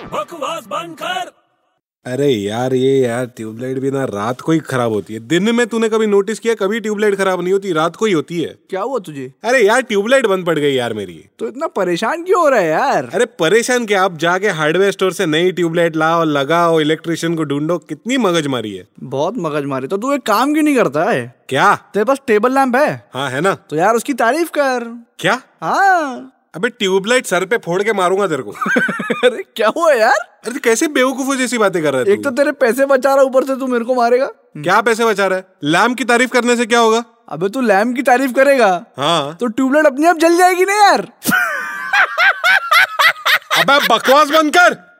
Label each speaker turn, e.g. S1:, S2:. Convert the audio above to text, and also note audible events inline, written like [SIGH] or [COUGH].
S1: आवाज बंद कर
S2: अरे यार ये यार ट्यूबलाइट भी ना रात को ही खराब होती है दिन में तूने कभी नोटिस किया कभी ट्यूबलाइट खराब नहीं होती रात को ही होती है
S3: क्या हुआ तुझे
S2: अरे यार ट्यूबलाइट बंद पड़ गई यार मेरी
S3: तो इतना परेशान क्यों हो रहा है यार
S2: अरे परेशान क्या आप जाके हार्डवेयर स्टोर से नई ट्यूबलाइट लाओ लगाओ इलेक्ट्रिशियन को ढूंढो कितनी मगज मारी है
S3: बहुत मगज मारे तो तू एक काम क्यों नहीं करता है
S2: क्या
S3: तेरे पास टेबल लैंप है
S2: हाँ है ना
S3: तो यार उसकी तारीफ कर
S2: क्या
S3: हाँ [LAUGHS]
S2: अबे ट्यूबलाइट सर पे फोड़ के मारूंगा तेरे को
S3: अरे क्या हुआ यार
S2: अरे कैसे बेवकूफों जैसी बातें कर रहा है
S3: एक तो
S2: तू?
S3: तेरे पैसे बचा रहा ऊपर से तू मेरे को मारेगा
S2: क्या पैसे बचा रहा है लैम्प की तारीफ करने से क्या होगा
S3: अबे तू लैम्प की तारीफ करेगा
S2: हाँ
S3: तो ट्यूबलाइट अपने आप जल जाएगी ना यार
S2: अबे बकवास बंद कर